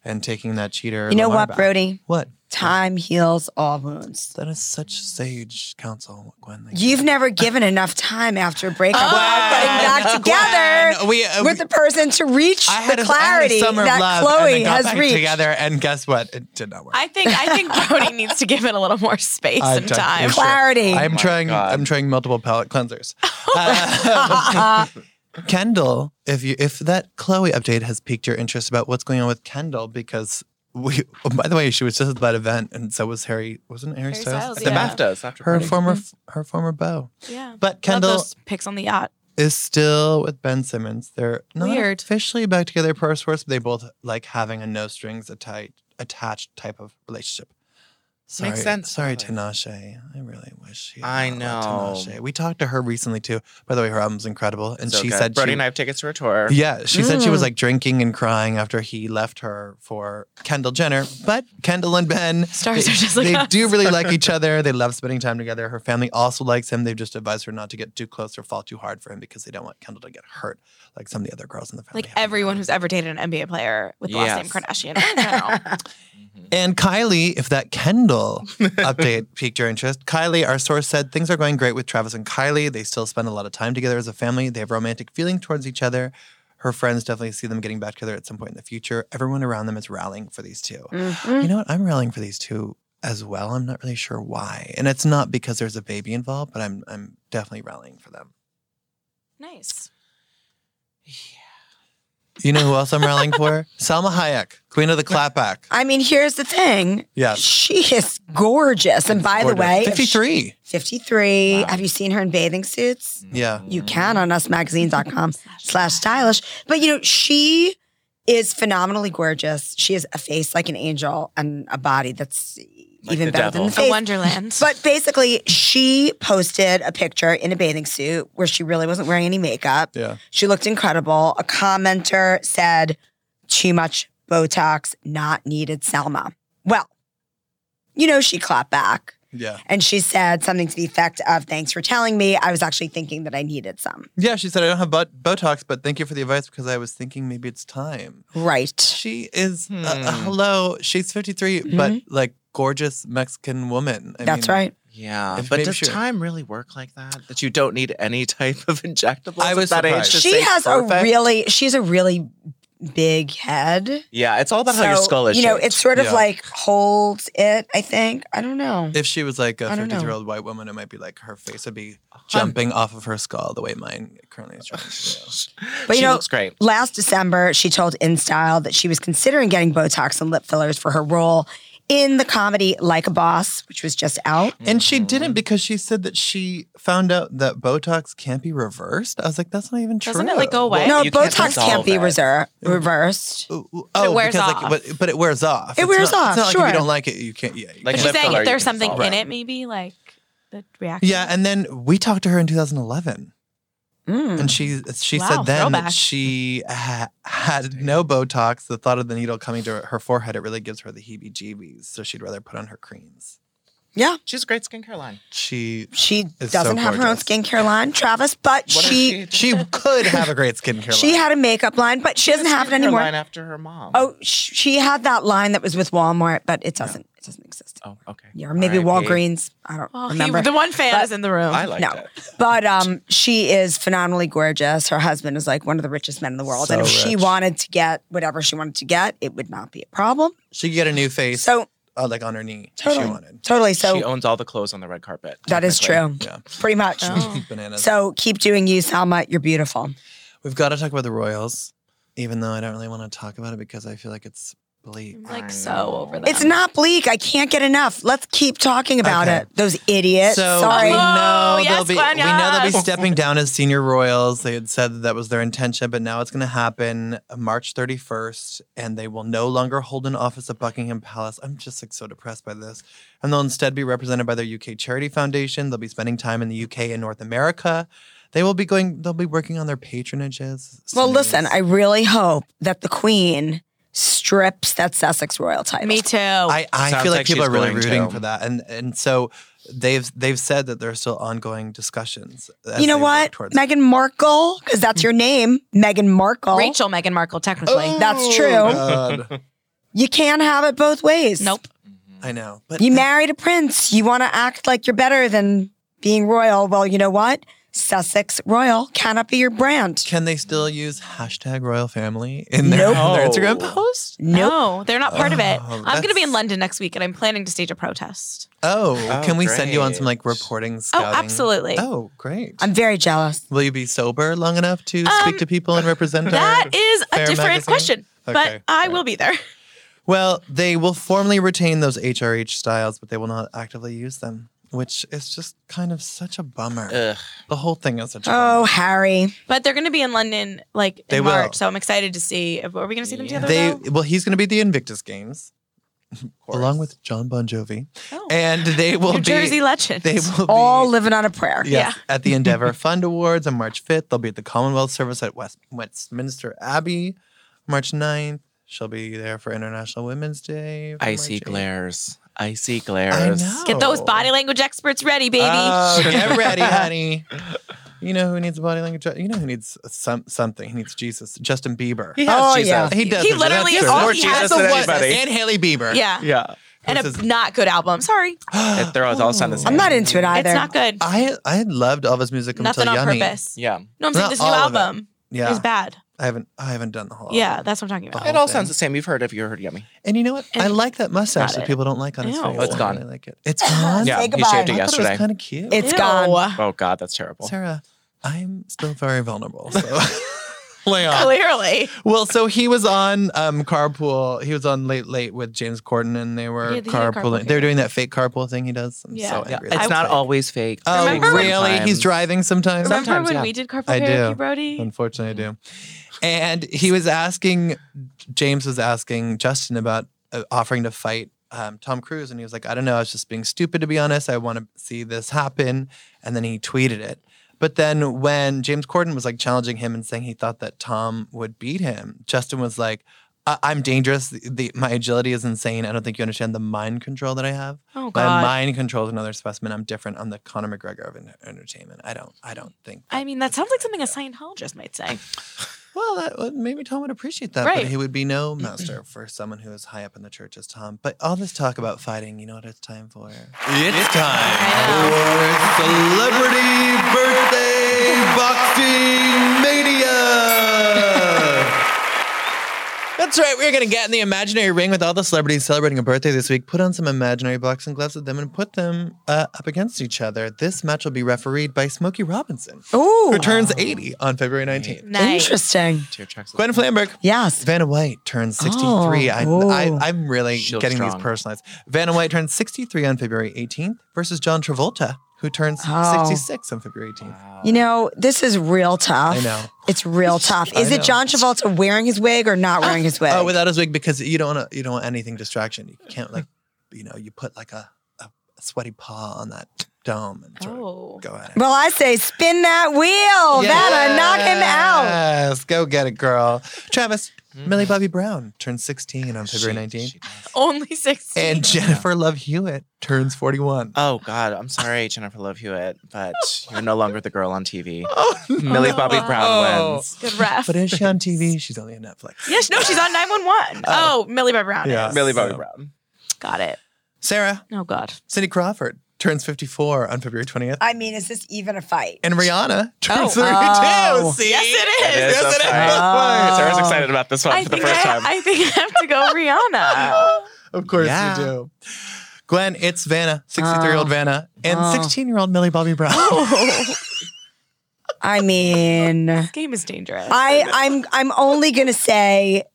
and taking that cheater. you know Lamar what, back. Brody? What? Time heals all wounds. That is such sage counsel, Gwen. Thank You've never given enough time after a breakup without Uh, Gwen, getting back together Gwen, we, uh, with the person to reach I had the a- I had a clarity summer of that love and Chloe then got has back reached. together, and guess what? It did not work. I think I think Brody needs to give it a little more space I and don't time. think so. Clarity. Oh I'm Oh my trying. God. I'm trying multiple palette cleansers. Uh, Kendall, if you if that Chloe update has piqued your interest about what's going on with Kendall, because we, oh, by the way, she was just at that event, and so was Harry. Wasn't it Harry, Harry Styles? Styles, At Yeah. the BAFTAs after Her party. former, her former beau. Yeah. But Love Kendall those pics on the yacht. is still with Ben Simmons. They're not Weird. officially back together per source, but they both like having a no strings atta- attached type of relationship. Sorry, Makes sense. Sorry, Tinashe. I really wish. He had I not loved know. Tinashe. We talked to her recently too. By the way, her album's incredible, and It's she okay. said Brody she, and I have tickets to her tour. yeah, she said she was Mm. like drinking and crying after he left her for Kendall Jenner. But Kendall and Ben, Stars they, are just like they us. do really like each other. They love spending time together. Her family also likes him. They've just advised her not to get too close or fall too hard for him because they don't want Kendall to get hurt like some of the other girls in the family. Like have. everyone who's ever dated an NBA player with the last name Yes. Kardashian. I don't know. And Kylie, if that Kendall update piqued your interest, Kylie, our source said things are going great with Travis and Kylie. They still spend a lot of time together as a family. They have romantic feeling towards each other. Her friends definitely see them getting back together at some point in the future. Everyone around them is rallying for these two. Mhm. You know what? I'm rallying for these two as well. I'm not really sure why. And it's not because there's a baby involved, but I'm I'm definitely rallying for them. nice. You know who else I'm rallying for? Salma Hayek, Queen of the Clapback. I mean, here's the thing. Yes. She is gorgeous. And by Gorgeous. the way, if she- 53. 53. Wow. Have you seen her in bathing suits? Yeah. Um, You can on usmagazine.com slash stylish. But you know, she is phenomenally gorgeous. She has a face like an angel and a body that's Like even the better devil. than the A face. wonderland. But basically, she posted a picture in a bathing suit where she really wasn't wearing any makeup. Yeah. She looked incredible. A commenter said, too much Botox, not needed, Selma. Well, you know, she clapped back Yeah. and she said something to the effect of, thanks for telling me. I was actually thinking that I needed some. Yeah, she said, I don't have bot- Botox, but thank you for the advice because I was thinking maybe it's time. Right. She is, uh, uh, Hmm. hello, she's 53, but like gorgeous Mexican woman. I Mm-hmm. That's mean, right. Yeah, If but maybe does she- time really work like that? That you don't need any type of injectable. I was that age surprised. to She say has a perfect? really, she's a really big head. Yeah, it's all about how your So, skull is. You know, shaped. it's sort of Yeah. like holds it, I think. I don't know. If she was like a I don't know. 53 year old white woman, it might be like her face would be jumping off of her skull the way mine currently is trying to do. But, she you know, looks great. Last December, she told InStyle that she was considering getting Botox and lip fillers for her role in the comedy Like a Boss, which was just out. And she didn't because she said that she found out that Botox can't be reversed. I was like, that's not even true. Doesn't it, like, go away? no, you can't Botox dissolve can't be it. reser- reversed. Ooh, ooh, But it oh, wears because, off. Like, but, but it wears off. It It's wears not- off, It's not like if sure. you don't like it, you can't. Yeah, you Like can't. She's lip saying filler, if you there's can something solve in it. it, maybe like the reaction. yeah, and then we talked to her in 2011, Mm. and she she Wow, said then throwback. that she ha- had no Botox. The thought of the needle coming to her forehead it really gives her the heebie-jeebies, so she'd rather put on her creams. yeah. She's a great skincare line. She She It's doesn't so have her own gorgeous. skincare line, Travis, but What if she she could have a great skincare. she line. had a makeup line, but she doesn't have it skincare anymore. Line after her mom. Oh, sh- she had that line that was with Walmart, but it doesn't it doesn't exist. Oh, okay. Yeah, or maybe R.I.P.. Walgreens. I don't Well, Oh, he- remember. the one fan But- is in the room. I liked no. it. But um, she is phenomenally gorgeous. Her husband is like one of the richest men in the world. and if So she rich. wanted to get whatever she wanted to get, it would not be a problem. she could get a new face, So uh, like on her knee. if totally, She wanted. totally. she So owns all the clothes on the red carpet. that is technically. true, Yeah, pretty much. Oh. bananas. So keep doing you, Salma. You're beautiful. We've got to talk about the Royals, even though I don't really want to talk about it because I feel like it's bleak. I'm like I so know. over that. It's not bleak. I can't get enough. Let's keep talking about Okay. it. Those idiots. So um, Sorry. we know Oh, yes, they'll be Gwen, we know they'll be yes. stepping down as senior royals. They had said that, that was their intention, but now it's going to happen uh, March 31st, and they will no longer hold an office at Buckingham Palace. I'm just like so depressed by this, and they'll instead be represented by their UK charity foundation. They'll be spending time in the UK and North America. They will be going. They'll be working on their patronages. well, listen. Sneeze. I really hope that the Queen strips that Sussex royal title. Me too. Oh. I, I Sounds feel like, like people she's are really going rooting to. for that, and and so they've they've said that there are still ongoing discussions. as You know they work what? towards- Mm. Meghan Markle, because that's your name, Meghan Markle. Rachel Meghan Markle, technically. Oh, That's true. God. You can't have it both ways. nope. Mm-hmm. I know, but You married a prince. You want to act like you're better than being royal. Well, you know what? Sussex Royal cannot be your brand. can they still use hashtag royal family in their, Nope. on their Instagram No. post? Nope. No, they're not part of it. Oh, I'm going to be in that's- London next week and I'm planning to stage a protest. Oh, Oh, can we send you on some like great. reporting? Oh, Scouting? absolutely. Oh, great. I'm very jealous. Will you be sober long enough to Um, speak to people and represent our- That is a Fair different magazine? question, but Okay, I right. will be there. Well, they will formally retain those HRH styles, but they will not actively use them, which is just kind of such a bummer. Ugh. The whole thing is such a Oh, bummer. Harry. But they're going to be in London like in They will. March, so I'm excited to see. Are we going to see them Yeah. together? They though? well, he's going to be the Invictus Games course. along with John Bon Jovi, Oh. and they will New be Jersey legend. they will be All living on a prayer. yes, yeah. at the Endeavor Fund Awards on March 5th. They'll be at the Commonwealth Service at West, Westminster Abbey, March 9th. She'll be there for International Women's Day. for Icy March 8th. glares. Icy glares. know. Get those body language experts ready, baby. Oh, get ready, honey. You know who needs a body language? You know who needs some something? He needs Jesus. Justin Bieber. He has Oh, Jesus. yeah. He does. He literally is all More he Jesus has. the than one- anybody. And Haley Bieber. Yeah. Yeah. And This a is- not good album. Sorry. It- They're all, it's all sound the same. I'm not into it either. It's not good. I I had loved Elvis music Nothing until on Ah, Yummy. purpose. Yeah. No, I'm saying Not this new all of it. Oh, album Yeah, is bad. I haven't I haven't done the whole. Yeah, album. that's what I'm talking about. The It all thing. sounds the same. You've heard of you heard yummy. and you know what? I And- like that mustache Not that it. people don't like on his Ew. face. Oh, it's I gone. really like it. It's gone. Say Yeah, he goodbye. shaved I thought it was it yesterday. kind of cute. It's gone. Ew. Oh God, that's terrible. Sarah, I'm still very vulnerable. So Leon. Clearly. Well, so he was on um, carpool. He was on late late with James Corden, and they were Yeah, they did a carpool carpooling. thing. They're doing that fake carpool thing he does. I'm Yeah. so Yeah, Oh, angry. it's at not that. always fake. Oh, Remember- really? He's driving. driving sometimes. Some- Remember Sometimes, when yeah. we did carpool I do. karaoke, Brody? Unfortunately, I do. And he was asking, James was asking Justin about uh, offering to fight um, Tom Cruise. And he was like, I don't know. I was just being stupid, to be honest. I want to see this happen. And then he tweeted it. But then when James Corden was like challenging him and saying he thought that Tom would beat him, Justin was like, I- I'm dangerous. The, the- my agility is insane. I don't think you understand the mind control that I have. Oh My God. mind control is another specimen. I'm different. I'm the Conor McGregor of en- entertainment. I don't. I don't think. I mean, that sounds like something a Scientologist might say. Well, that, well, maybe Tom would appreciate that, Right. but he would be no master for someone who is high up in the church as Tom. But all this talk about fighting, you know what it's time for? It's time for celebrity birthday boxing mania. That's right. We're going to get in the imaginary ring with all the celebrities celebrating a birthday this week. Put on some imaginary boxing gloves with them and put them uh, up against each other. This match will be refereed by Smokey Robinson, Ooh, who turns 80 on February 19th. Nice. interesting. Tear tracks. Gwen Flamberg. Yes. Vanna White turns 63. I, Oh. I, I'm really She's getting strong. these personalized. Vanna White turns 63 on February 18th versus John Travolta, who turns Oh. 66 on February 18th. You know, this is real tough. I know. It's real tough. I Is it know. John Travolta wearing his wig or not wearing his wig? Oh, without his wig because you don't want you don't want anything distraction. You can't like, you know, you put like a, a sweaty paw on that dome and sort Oh. of go at it. well, I say spin that wheel. That'll knock him out. Yes, go get it, girl. Travis, Millie Bobby Brown turns 16 on February 19th. Only 16. and Jennifer Love Hewitt turns 41. Oh God, I'm sorry, Jennifer Love Hewitt, but you're no longer the girl on TV. Oh, Millie Bobby Brown Oh. wins. Good ref. But is she on TV? She's only on Netflix. Yes, no, she's on 911. Oh, Millie Bob Brown. Yeah. is. Millie Bobby So- Brown. Got it. Sarah, Oh, God. Cindy Crawford turns 54 on February 20th. I mean, is this even a fight? and Rihanna turns 32. Oh. See? Yes, it is. It is Yes, it okay. is. Oh. Sarah's excited about this one I for the think first I, time. I think I have to go Rihanna. Of course Yeah. you do. Gwen, it's Vanna, 63 year old Oh. Vanna, and Oh. 16 year old Millie Bobby Brown. I mean, This game is dangerous. I, I'm I'm only gonna say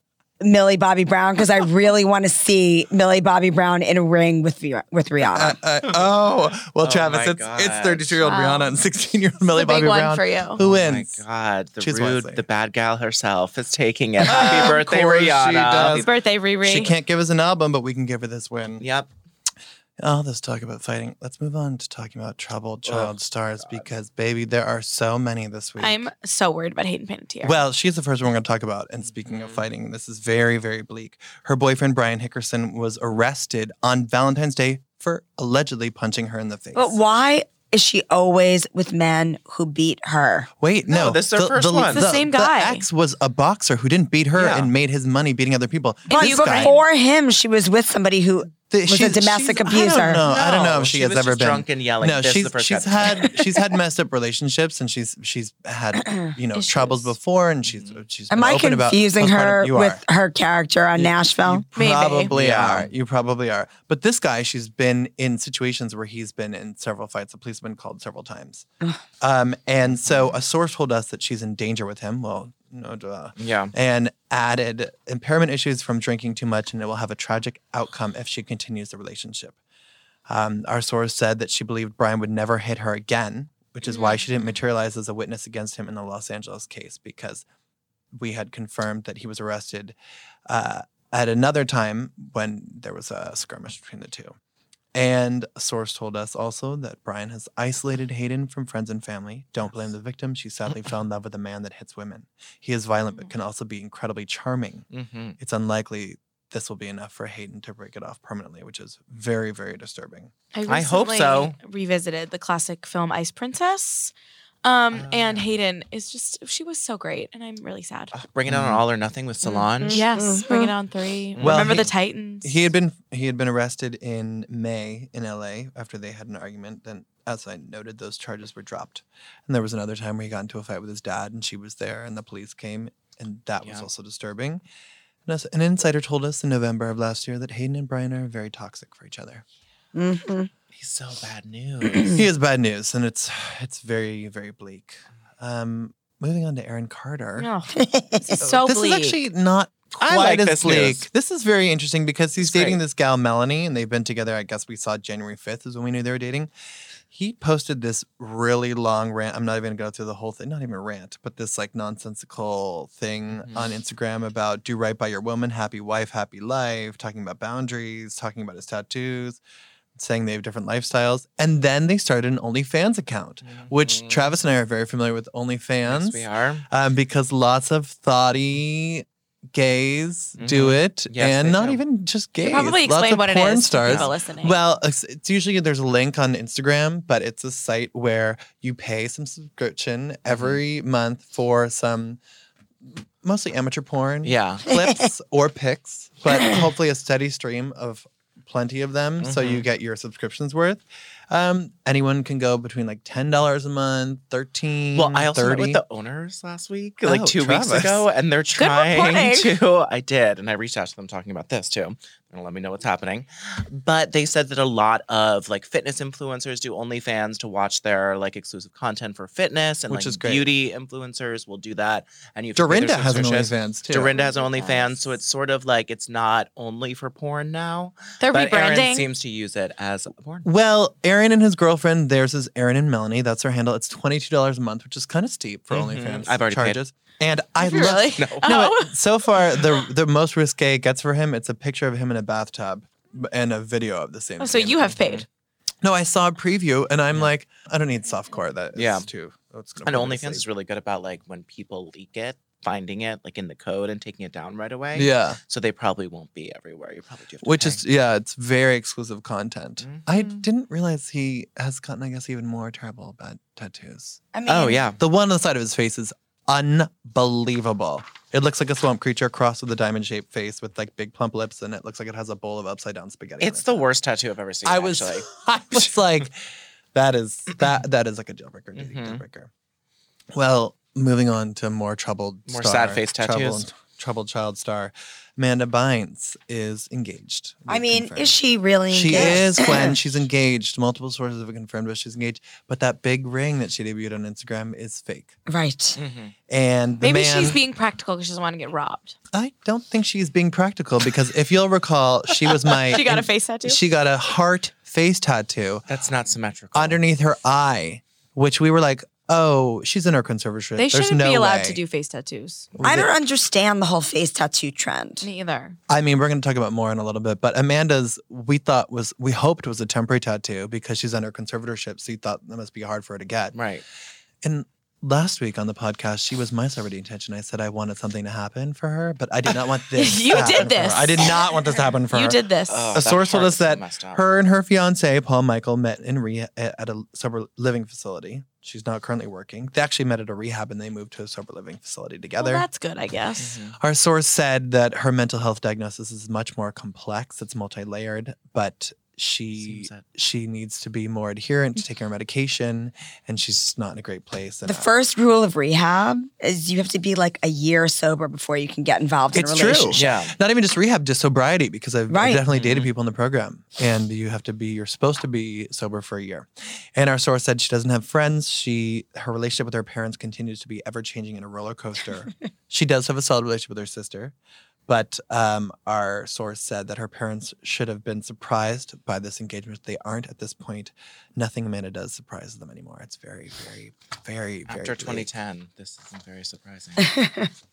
Millie Bobby Brown because I really want to see Millie Bobby Brown in a ring with Vi- with Uh, Rihanna. uh, oh, well, Oh Travis, my it's it's gosh. 32 year old Wow. Rihanna and 16 year old Millie the big Bobby one Brown. for you. Who Oh my wins? God, the Choose rude, wisely. the bad gal herself is taking it. Happy Of birthday, course she Rihanna. does. Happy birthday, Riri. She can't give us an album, but we can give her this win. Yep. all this talk about fighting, let's move on to talking about troubled Oh child stars because, baby, there are so many this week. I'm so worried about Hayden Panettiere. well, she's the first one we're going to talk about. And speaking of Mhm. fighting, this is very, very bleak. Her boyfriend, Brian Hickerson, was arrested on Valentine's Day for allegedly punching her in Oh, the face. But why is she always with men who beat her? Wait, no. No, this is their first the, one. It's the same guy. The ex was a boxer who didn't beat her Yeah. and made his money beating other people. But This you- guy- before him, she was with somebody who the- was a domestic I abuser. don't know. Oh, I don't know if she, has was ever just been drunk and yelling. No, This is she's the first she's guy. had she's had messed up relationships and she's she's had you know troubles Issues. before and she's Mm-hmm. she's Am been I open about confusing postpartum. her You with are. her character on Nashville? You Maybe. probably Yeah. are. You probably are. But this guy, she's been in situations where he's been in several fights. The police have been called several times. um, and so a source told us that she's in danger with him. Well, no duh. Yeah. And added impairment issues from drinking too much, and it will have a tragic outcome if she continues the relationship. Um, our source said that she believed Brian would never hit her again, which is why she didn't materialize as a witness against him in the Los Angeles case because we had confirmed that he was arrested uh, at another time when there was a skirmish between the two. And a source told us also that Brian has isolated Hayden from friends and family. Don't blame the victim. She sadly fell in love with a man that hits women. He is violent, but can also be incredibly charming Mm-hmm. it's unlikely this will be enough for Hayden to break it off permanently, which is very, very disturbing. I hope recently so. Revisited the classic film Ice Princess. Um, Ah. Oh, and yeah. Hayden is just, she was so great. And I'm really sad. Uh-huh. Bringing on Mm-hmm. All or Nothing with Solange. Yes. Mhm. Bring it on three. Well, Remember he- the Titans. He had been he had been arrested in May in LA after they had an argument. Then, as I noted, those charges were dropped. And there was another time where he got into a fight with his dad, and she was there, and the police came, and that was Yeah. also disturbing. And as- An insider told us in November of last year that Hayden and Brian are very toxic for each other. Mm-hmm. hmm He's so bad news. he is bad news, and it's it's very very bleak. Um, Moving on to Aaron Oh, Carter. No, this is so this bleak. is actually not I quite like as this bleak. news. This is very interesting because he's It's dating great. this gal Melanie, and they've been together. I guess we saw January fifth is when we knew they were dating. He posted this really long rant. I'm not even gonna go through the whole thing. Not even a rant, but this like nonsensical thing Mhm. on Instagram about do right by your woman, happy wife, happy life. Talking about boundaries, talking about his tattoos, saying they have different lifestyles, and then they started an OnlyFans account, which Mhm. Travis and I are very familiar with OnlyFans Yes, we are. um, because lots of thotty gays do it, Mm-hmm. Yes, and they not do. even just gays. You probably lots explain of what it porn is Stars. to people listening. Well, it's, it's usually there's a link on Instagram, but it's a site where you pay some Mm-hmm. subscription every month for some mostly amateur porn Yeah. clips or pics, but hopefully a steady stream of plenty of them so Mm-hmm. you get your subscriptions worth. Um, anyone can go between like $10 a month, 13 Well, I also 30. met with the owners last week, like Oh, two Travis. weeks ago, and they're trying reporting. to. I did, and I reached out to them talking about this too. They're gonna let me know what's happening. But they said that a lot of like fitness influencers do OnlyFans to watch their like exclusive content for fitness, and Which like is great. beauty influencers will do that. And you have to pay their Dorinda has an OnlyFans subscriptions. too. Dorinda has an OnlyFans, Yes. so it's sort of like it's not only for porn now. They're but Aaron rebranding. seems to use it as a porn. Well, Aaron and his girlfriend, theirs is Aaron and Melanie. That's her handle. It's twenty two dollars a month, which is kind of steep for Mhm. OnlyFans. I've already paid. charges. And I love really? No. no. Oh. it- So far, the the most risque it gets for him. It's a picture of him in a bathtub and a video of the same. Oh, so thing. you have paid. No, I saw a preview, and I'm like, I don't need softcore. That is Yeah. too. It's gonna And put me to OnlyFans is sleep. really good about like when people leak it, finding it like in the code and taking it down right away. Yeah, So they probably won't be everywhere. You probably do have to which pay. is yeah, it's very exclusive content. I Mhm. didn't realize he has gotten, I guess, even more terrible bad tattoos. I mean, Oh yeah. The one on the side of his face is unbelievable. It looks like a swamp creature crossed with a diamond shaped face with like big plump lips, and it looks like it has a bowl of upside down spaghetti. on It's it. the worst tattoo I've ever seen. I was, actually. I was like, that is that that is like a jailbreaker, dating Mhm. jailbreaker. Well, moving on to more troubled, More star, sad face troubled- tattoos. troubled child star Amanda Bynes is engaged. I We've mean, confirmed. is she really? She is engaged? Gwen. She's engaged. Multiple sources have confirmed, but she's engaged. But that big ring that she debuted on Instagram is fake. right. And the Maybe man, she's being practical because she doesn't want to get robbed. I don't think she's being practical because if you'll recall, she was my. She got a face tattoo. She got a heart face tattoo That's not symmetrical. underneath her eye, which we were like, "Oh, she's in her conservatorship." they There's shouldn't no be allowed way. to do face tattoos. I don't understand the whole face tattoo trend. Me either. I mean, we're going to talk about more in a little bit, but Amanda's we thought was we hoped was a temporary tattoo because she's under conservatorship, so you thought that must be hard for her to get. Right. And last week on the podcast, she was my celebrity intention. I said I wanted something to happen for her, but I did not want this. You to happen did for her. this. I did not want this to happen for her. You did this. Oh, a that source told part us is that messed up. her and her fiance Paul Michael met in re- at a sober living facility. She's not currently working. They actually met at a rehab and they moved to a sober living facility well, together. that's good, I guess. Mhm. Our source said that her mental health diagnosis is much more complex. It's multi-layered, but she Seems that- she needs to be more adherent to taking her medication, and she's just not in a great place. And The I- first rule of rehab is you have to be like a year sober before you can get involved in It's a true. relationship. Yeah. not even just rehab, just sobriety, because I've, I've Right. definitely dated Mhm. people in the program, and you have to be, you're supposed to be sober for a year. And our source said she doesn't have friends. She, her relationship with her parents continues to be ever changing in a roller coaster. she does have a solid relationship with her sister, but um, our source said that her parents should have been surprised by this engagement. They aren't at this point. Nothing Amanda does surprises them anymore. It's very, very, very, very After bleak. 2010, this isn't very surprising.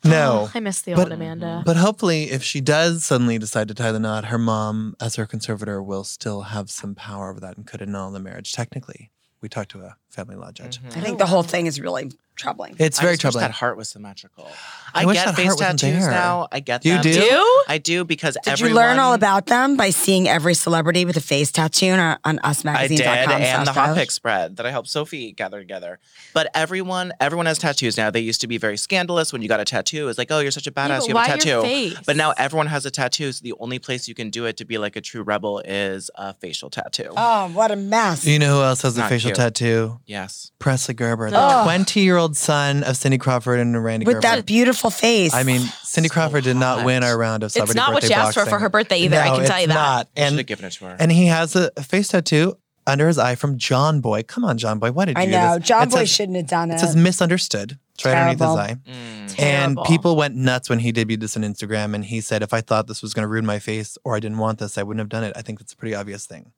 No. Oh, I miss the But- old Amanda. But hopefully, if she does suddenly decide to tie the knot, her mom, as her conservator, will still have some power over that and could annul the marriage. Technically, we talked to a family law judge. I Mhm. think the whole thing is really troubling. Mm-hmm. It's I very just wish troubling. That heart was symmetrical. I I, wish get that face heart wasn't tattoos there. now. I get You them. do? Do? I do because Did everyone, you learn all about them by seeing every celebrity with a face tattoo on, on I did, usmagazine.com? and the hot slash pick stylish? spread that I helped Sophie gather together. But everyone, everyone has tattoos now. They used to be very scandalous when you got a tattoo. It's like, oh, you're such a Yeah, badass. but you why have a Your tattoo. face? But now everyone has a tattoo. So the only place you can do it to be like a true rebel is a facial tattoo. Oh, what a mess. You know who else has a Not facial cute. tattoo? yes. Presley Gerber, the Ugh. 20 year old son of Cindy Crawford and Randy with Gerber. that beautiful face. I mean, Cindy So Crawford did not hot. win our round of celebrity it's not what birthday she asked for boxing. for her birthday either. I No, can tell it's you that. Not. Should And, have given it to her. and he has a face tattoo under his eye from John Boy. Come on, John Boy. Why did you I do this? know. John It Boy says- shouldn't have done It it. says misunderstood. It's right underneath his Terrible. eye. Mm. And Terrible. people went nuts when he debuted this on Instagram. And he said, if I thought this was going to ruin my face or I didn't want this, I wouldn't have done it. I think that's a pretty obvious thing.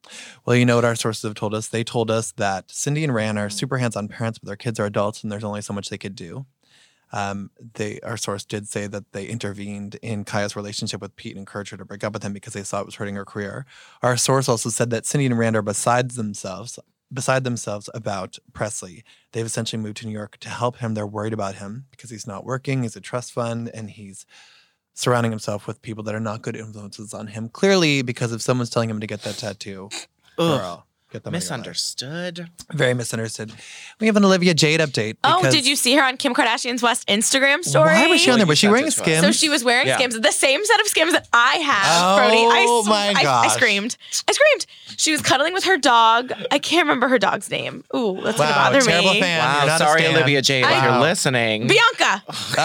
Well, you know what our sources have told us? They told us that Cindy and Ran are super hands on parents, but their kids are adults and there's only so much they could do. Um, they our source did say that they intervened in Kaya's relationship with Pete and encouraged her to break up with him because they saw it was hurting her career. Our source also said that Cindy and Rand are besides themselves, beside themselves about Presley. They've essentially moved to New York to help him. They're worried about him because he's not working. He's a trust fund and he's surrounding himself with people that are not good influences on him. Clearly, because if someone's telling him to get that tattoo, Ugh, girl, get them out of your life. misunderstood. Very misunderstood. We have an Olivia Jade update. Oh, because- did you see her on Kim Kardashian's West Instagram story? Why was she on there? Well, Was she you wearing sent it to us. skims? So she was wearing Yeah. skims, the same set of skims that I have, Oh, Brody. I, s- my I- I, gosh. screamed. I screamed. She was cuddling with her dog. I can't remember her dog's name. Ooh, that's wow, gonna bother terrible me. fan. You're Wow, not a sorry, stan. Olivia Jade, if Wow. you're listening. Bianca.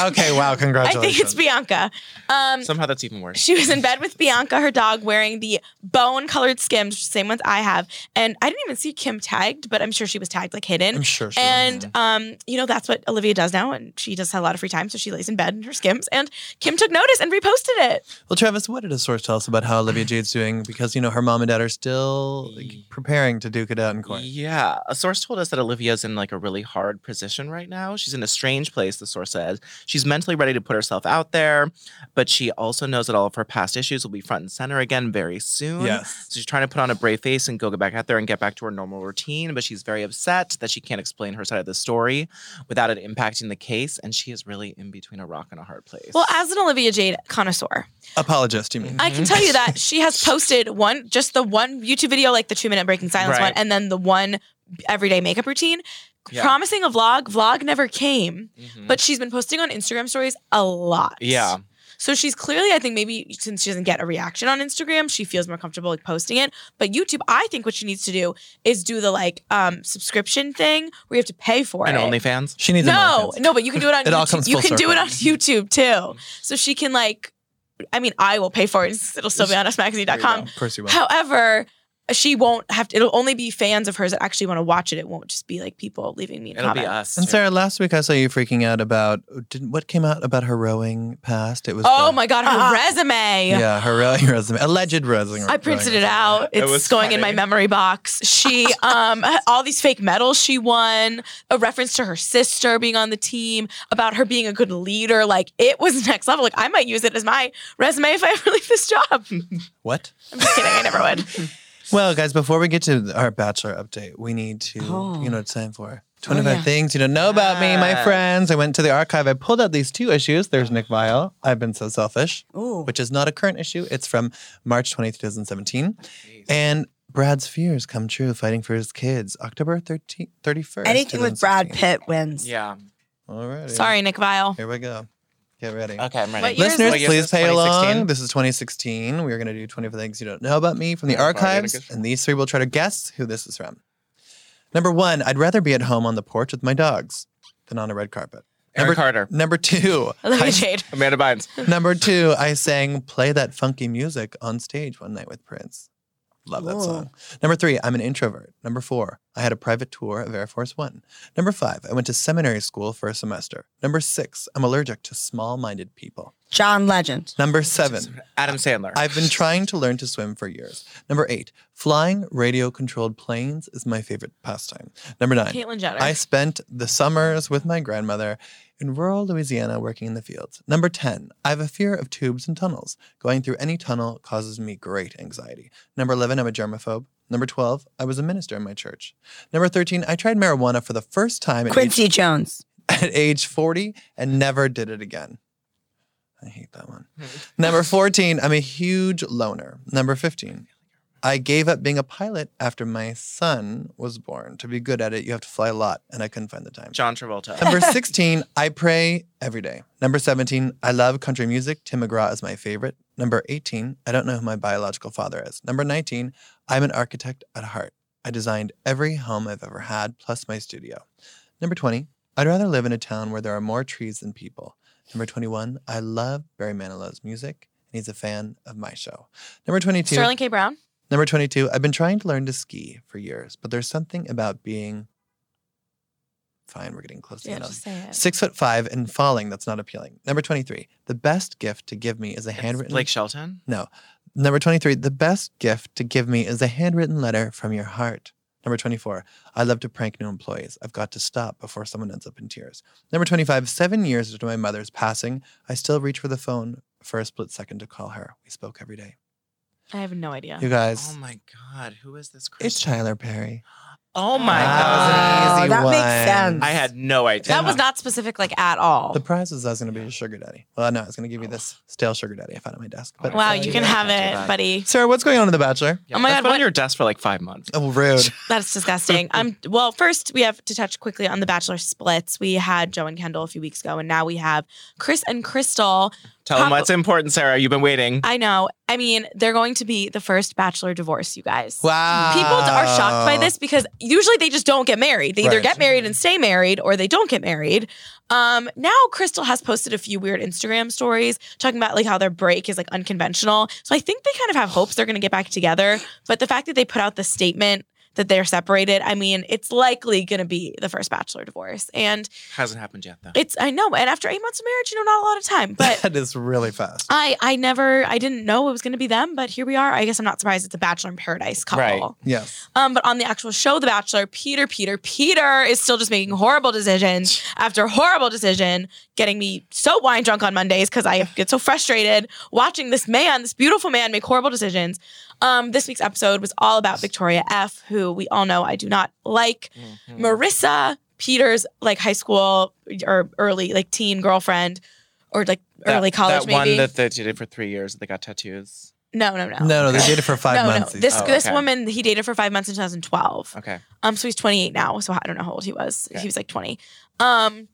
Okay, wow, I congratulations. think it's Bianca. Um, Somehow that's even worse. she was in bed with Bianca, her dog, wearing the bone colored skims, same ones I have. And I didn't even see Kim tagged, but I'm sure she was tagged like hidden. I'm sure. She And um, you know, that's what Olivia does now, and she does have a lot of free time, so she lays in bed in her skims. And Kim took notice and reposted it. well, Travis, what did a source tell us about how Olivia Jade's doing? Because you know her mom and dad are still like, preparing to duke it out in court. Yeah, a source told us that Olivia's in like a really hard position right now. She's in a strange place, the source says. She's mentally ready to put herself out there, but she also knows that all of her past issues will be front and center again very soon. Yes. So she's trying to put on a brave face and go get back out there and get back to her normal routine, but she's very upset that she can't explain her side of the story without it impacting the case, and she is really in between a rock and a hard place. Well, as an Olivia Jade connoisseur, Apologist, you mean? I can tell you Mm-hmm. that she has posted one, just the one YouTube video, like the two minute breaking silence Right. one, and then the one everyday makeup routine, Yeah. promising a vlog. Vlog never came, Mhm. but she's been posting on Instagram stories a lot. yeah, So she's clearly, I think maybe since she doesn't get a reaction on Instagram, she feels more comfortable like posting it. But YouTube, I think what she needs to do is do the like um subscription thing where you have to pay for and it. OnlyFans. she needs no, no, but you can do it on It YouTube. all comes you full can do it on circle. Mm-hmm. YouTube too. So she can like I mean, I will pay for it. It'll still be on usmagazine.com. Of course you will. However, she won't have to it'll only be fans of hers that actually want to watch it. It won't just be like people leaving me. It'll comments. be us. And Sarah, last week I saw you freaking out about didn't what came out about her rowing past. It was Oh the- my god, her Uh-uh. resume. Ah. yeah, her rowing resume, alleged rowing. I printed it out. It It's was going in my funny. memory box. She um had all these fake medals she won, a reference to her sister being on the team, about her being a good leader. Like it was next level. Like I might use it as my resume if I ever leave this job. I'm What? just kidding, I never would. Well, guys, before we get to our bachelor update, we need to, Oh. you know, it's time Oh, for 25 yeah. things you don't know about me, my Yes. friends. I went to the archive. I pulled out these two issues. There's Nick Vile, I've Been So Selfish, Ooh. which is not a current issue. It's from March 20th, 2017. And Brad's fears come true, fighting for his kids, October 13th, 31st. Anything with Brad 2016. Pitt wins. Yeah. All right. Sorry, Nick Vile. Here we go. Get ready. Okay, I'm ready. What year is Listeners, What year please is this? play 2016? along. This is 2016. We are going to do 25 things you don't know about me from the Oh, wow, you had a archives, good- and these three will try to guess who this is from. Number one, I'd rather be at home on the porch with my dogs than on a red carpet. Aaron Number- Carter, Number two, Olivia I, Jade. Amanda Bynes. number two, I sang "Play That Funky Music" on stage one night with Prince. Love that Ooh. song. Number three, I'm an introvert. Number four, I had a private tour of Air Force One. Number five, I went to seminary school for a semester. Number six, I'm allergic to small-minded people. John Legend. Number seven, Adam Sandler. I've been trying to learn to swim for years. Number eight, flying radio controlled planes is my favorite pastime. Number nine, Caitlyn Jenner. I spent the summers with my grandmother in rural Louisiana working in the fields. Number 10, I have a fear of tubes and tunnels. Going through any tunnel causes me great anxiety. Number 11, I'm a germaphobe. Number 12, I was a minister in my church. Number 13, I tried marijuana for the first time at age, Quincy Jones. at age 40 and never did it again. I hate that one. Number 14, I'm a huge loner. Number 15, I gave up being a pilot after my son was born. To be good at it, you have to fly a lot, and I couldn't find the time. John Travolta. Number 16, I pray every day. Number 17, I love country music. Tim McGraw is my favorite. Number 18, I don't know who my biological father is. Number 19, I'm an architect at heart. I designed every home I've ever had, plus my studio. Number 20, I'd rather live in a town where there are more trees than people. Number 21, I love Barry Manilow's music, and he's a fan of my show. Number 22, Sterling K. Brown. Number 22, I've been trying to learn to ski for years, but there's something about being Fine, we're getting close to Yeah, enough. just say it. Six foot five and falling. That's not appealing. Number 23. The best gift to give me is a It's handwritten. Blake Shelton. Number 23. The best gift to give me is a handwritten letter from your heart. Number 24. I love to prank new employees. I've got to stop before someone ends up in tears. Number 25. Seven years after my mother's passing, I still reach for the phone for a split second to call her. We spoke every day. I have no idea. You guys, Oh my God, who is this Christian? it's Tyler Perry. Oh my Wow. God. Easy that makes one. sense. I had no idea. that was not specific, like at all. The prize is I was going to be a sugar daddy. Well, no, I was going to give you this stale sugar daddy I found on my desk. But wow, Yeah, you can I have can't do it, that. buddy. Sarah, what's going on in The Bachelor? Yeah, Oh my that's God, been what- on your desk for like five months. Oh, rude. That's disgusting. I'm well. First, we have to touch quickly on the Bachelor splits. We had Joe and Kendall a few weeks ago, and now we have Chris and Crystal. Tell them Prob- what's important, Sarah. You've been waiting. I know. I mean, they're going to be the first Bachelor divorce, you guys. Wow. People are shocked by this because usually they just don't get married. They either Right. get married and stay married or they don't get married. Um, now Crystal has posted a few weird Instagram stories talking about like how their break is like unconventional. So I think they kind of have hopes they're going to get back together, but the fact that they put out the statement that they're separated, I mean, it's likely going to be the first bachelor divorce. And Hasn't happened yet, though. it's I know, and after 8 months of marriage, you know, not a lot of time, but Um, that is really fast. I I never I didn't know it was going to be them, but here we are. I guess I'm not surprised it's a Bachelor in Paradise couple. Right. Yes. Um, but on the actual show, The Bachelor, Peter, Peter, Peter is still just making horrible decisions after horrible decision, getting me so wine drunk on Mondays because I get so frustrated watching this man, this beautiful man, make horrible decisions. Um, this week's episode was all about Victoria F, who we all know I do not like. Mm. Mm-hmm. Marissa, Peter's like high school or early like teen girlfriend, or like That- early college That maybe. one that they did it for three years. They got tattoos. no, no, no, No, no, they did it for five no, months. no. This Oh, this okay. woman he dated for five months in 2012. Okay. Um, so he's 28 now. So I don't know how old he was. Okay. He was like 20. Um,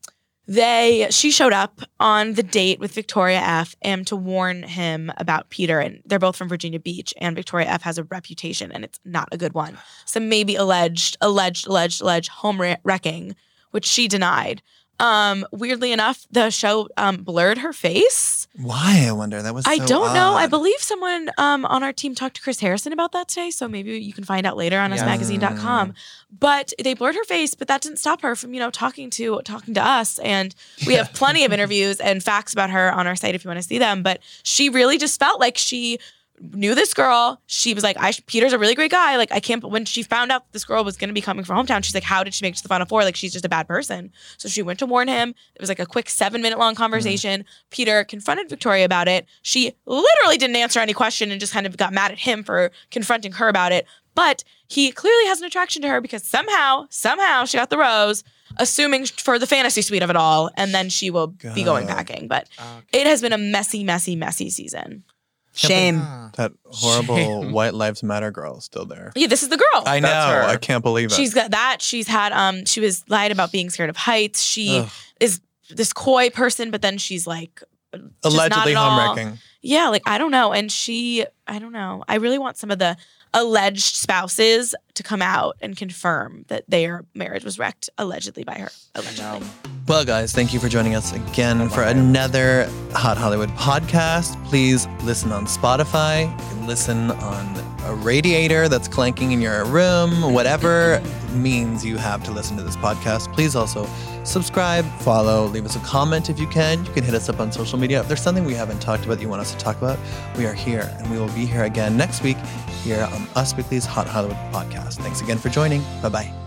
they she showed up on the date with Victoria F. and to warn him about Peter. And they're both from Virginia Beach. And Victoria F. has a reputation, and it's not a good one. Some maybe alleged, alleged, alleged, alleged home wre- wrecking, which she denied. Um, weirdly enough, the show um, blurred her face. Why, I wonder? That was I so don't know. I odd. believe someone um, on our team talked to Chris Harrison about that today. So maybe you can find out later on Yeah. usmagazine.com. But they blurred her face, but that didn't stop her from, you know, talking to talking to us. And we have plenty of interviews and facts about her on our site if you want to see them. But she really just felt like she knew this girl. She was like, I sh- Peter's a really great guy. Like, I can't, but when she found out this girl was going to be coming from hometown, she's like, how did she make it to the final four? Like, she's just a bad person. So she went to warn him. It was like a quick seven minute Mm-hmm. long conversation. Peter confronted Victoria about it. She literally didn't answer any question and just kind of got mad at him for confronting her about it. But he clearly has an attraction to her because somehow, somehow she got the rose, assuming for the fantasy suite of it all. And then she will be going God. packing. But Okay. it has been a messy, messy, messy season. Shame. Ah. That horrible Shame. White Lives Matter girl is still there. Yeah, this is the girl. I know. That's her. I can't believe it. She's got that. She's had um she was lied about being scared of heights. She Ugh. this coy person, but then she's like not allegedly at all. homewrecking. yeah, like I don't know. And she I don't know. I really want some of the alleged spouses to come out and confirm that their marriage was wrecked allegedly by her. Allegedly. No. Well, guys, thank you for joining us again Bye-bye. for another Hot Hollywood podcast. Please listen on Spotify. You can listen on a radiator that's clanking in your room, whatever means you have to listen to this podcast. Please also subscribe, follow, leave us a comment if you can. You can hit us up on social media. If there's something we haven't talked about that you want us to talk about, we are here and we will be here again next week here on Us Weekly's Hot Hollywood podcast. Thanks again for joining. Bye bye.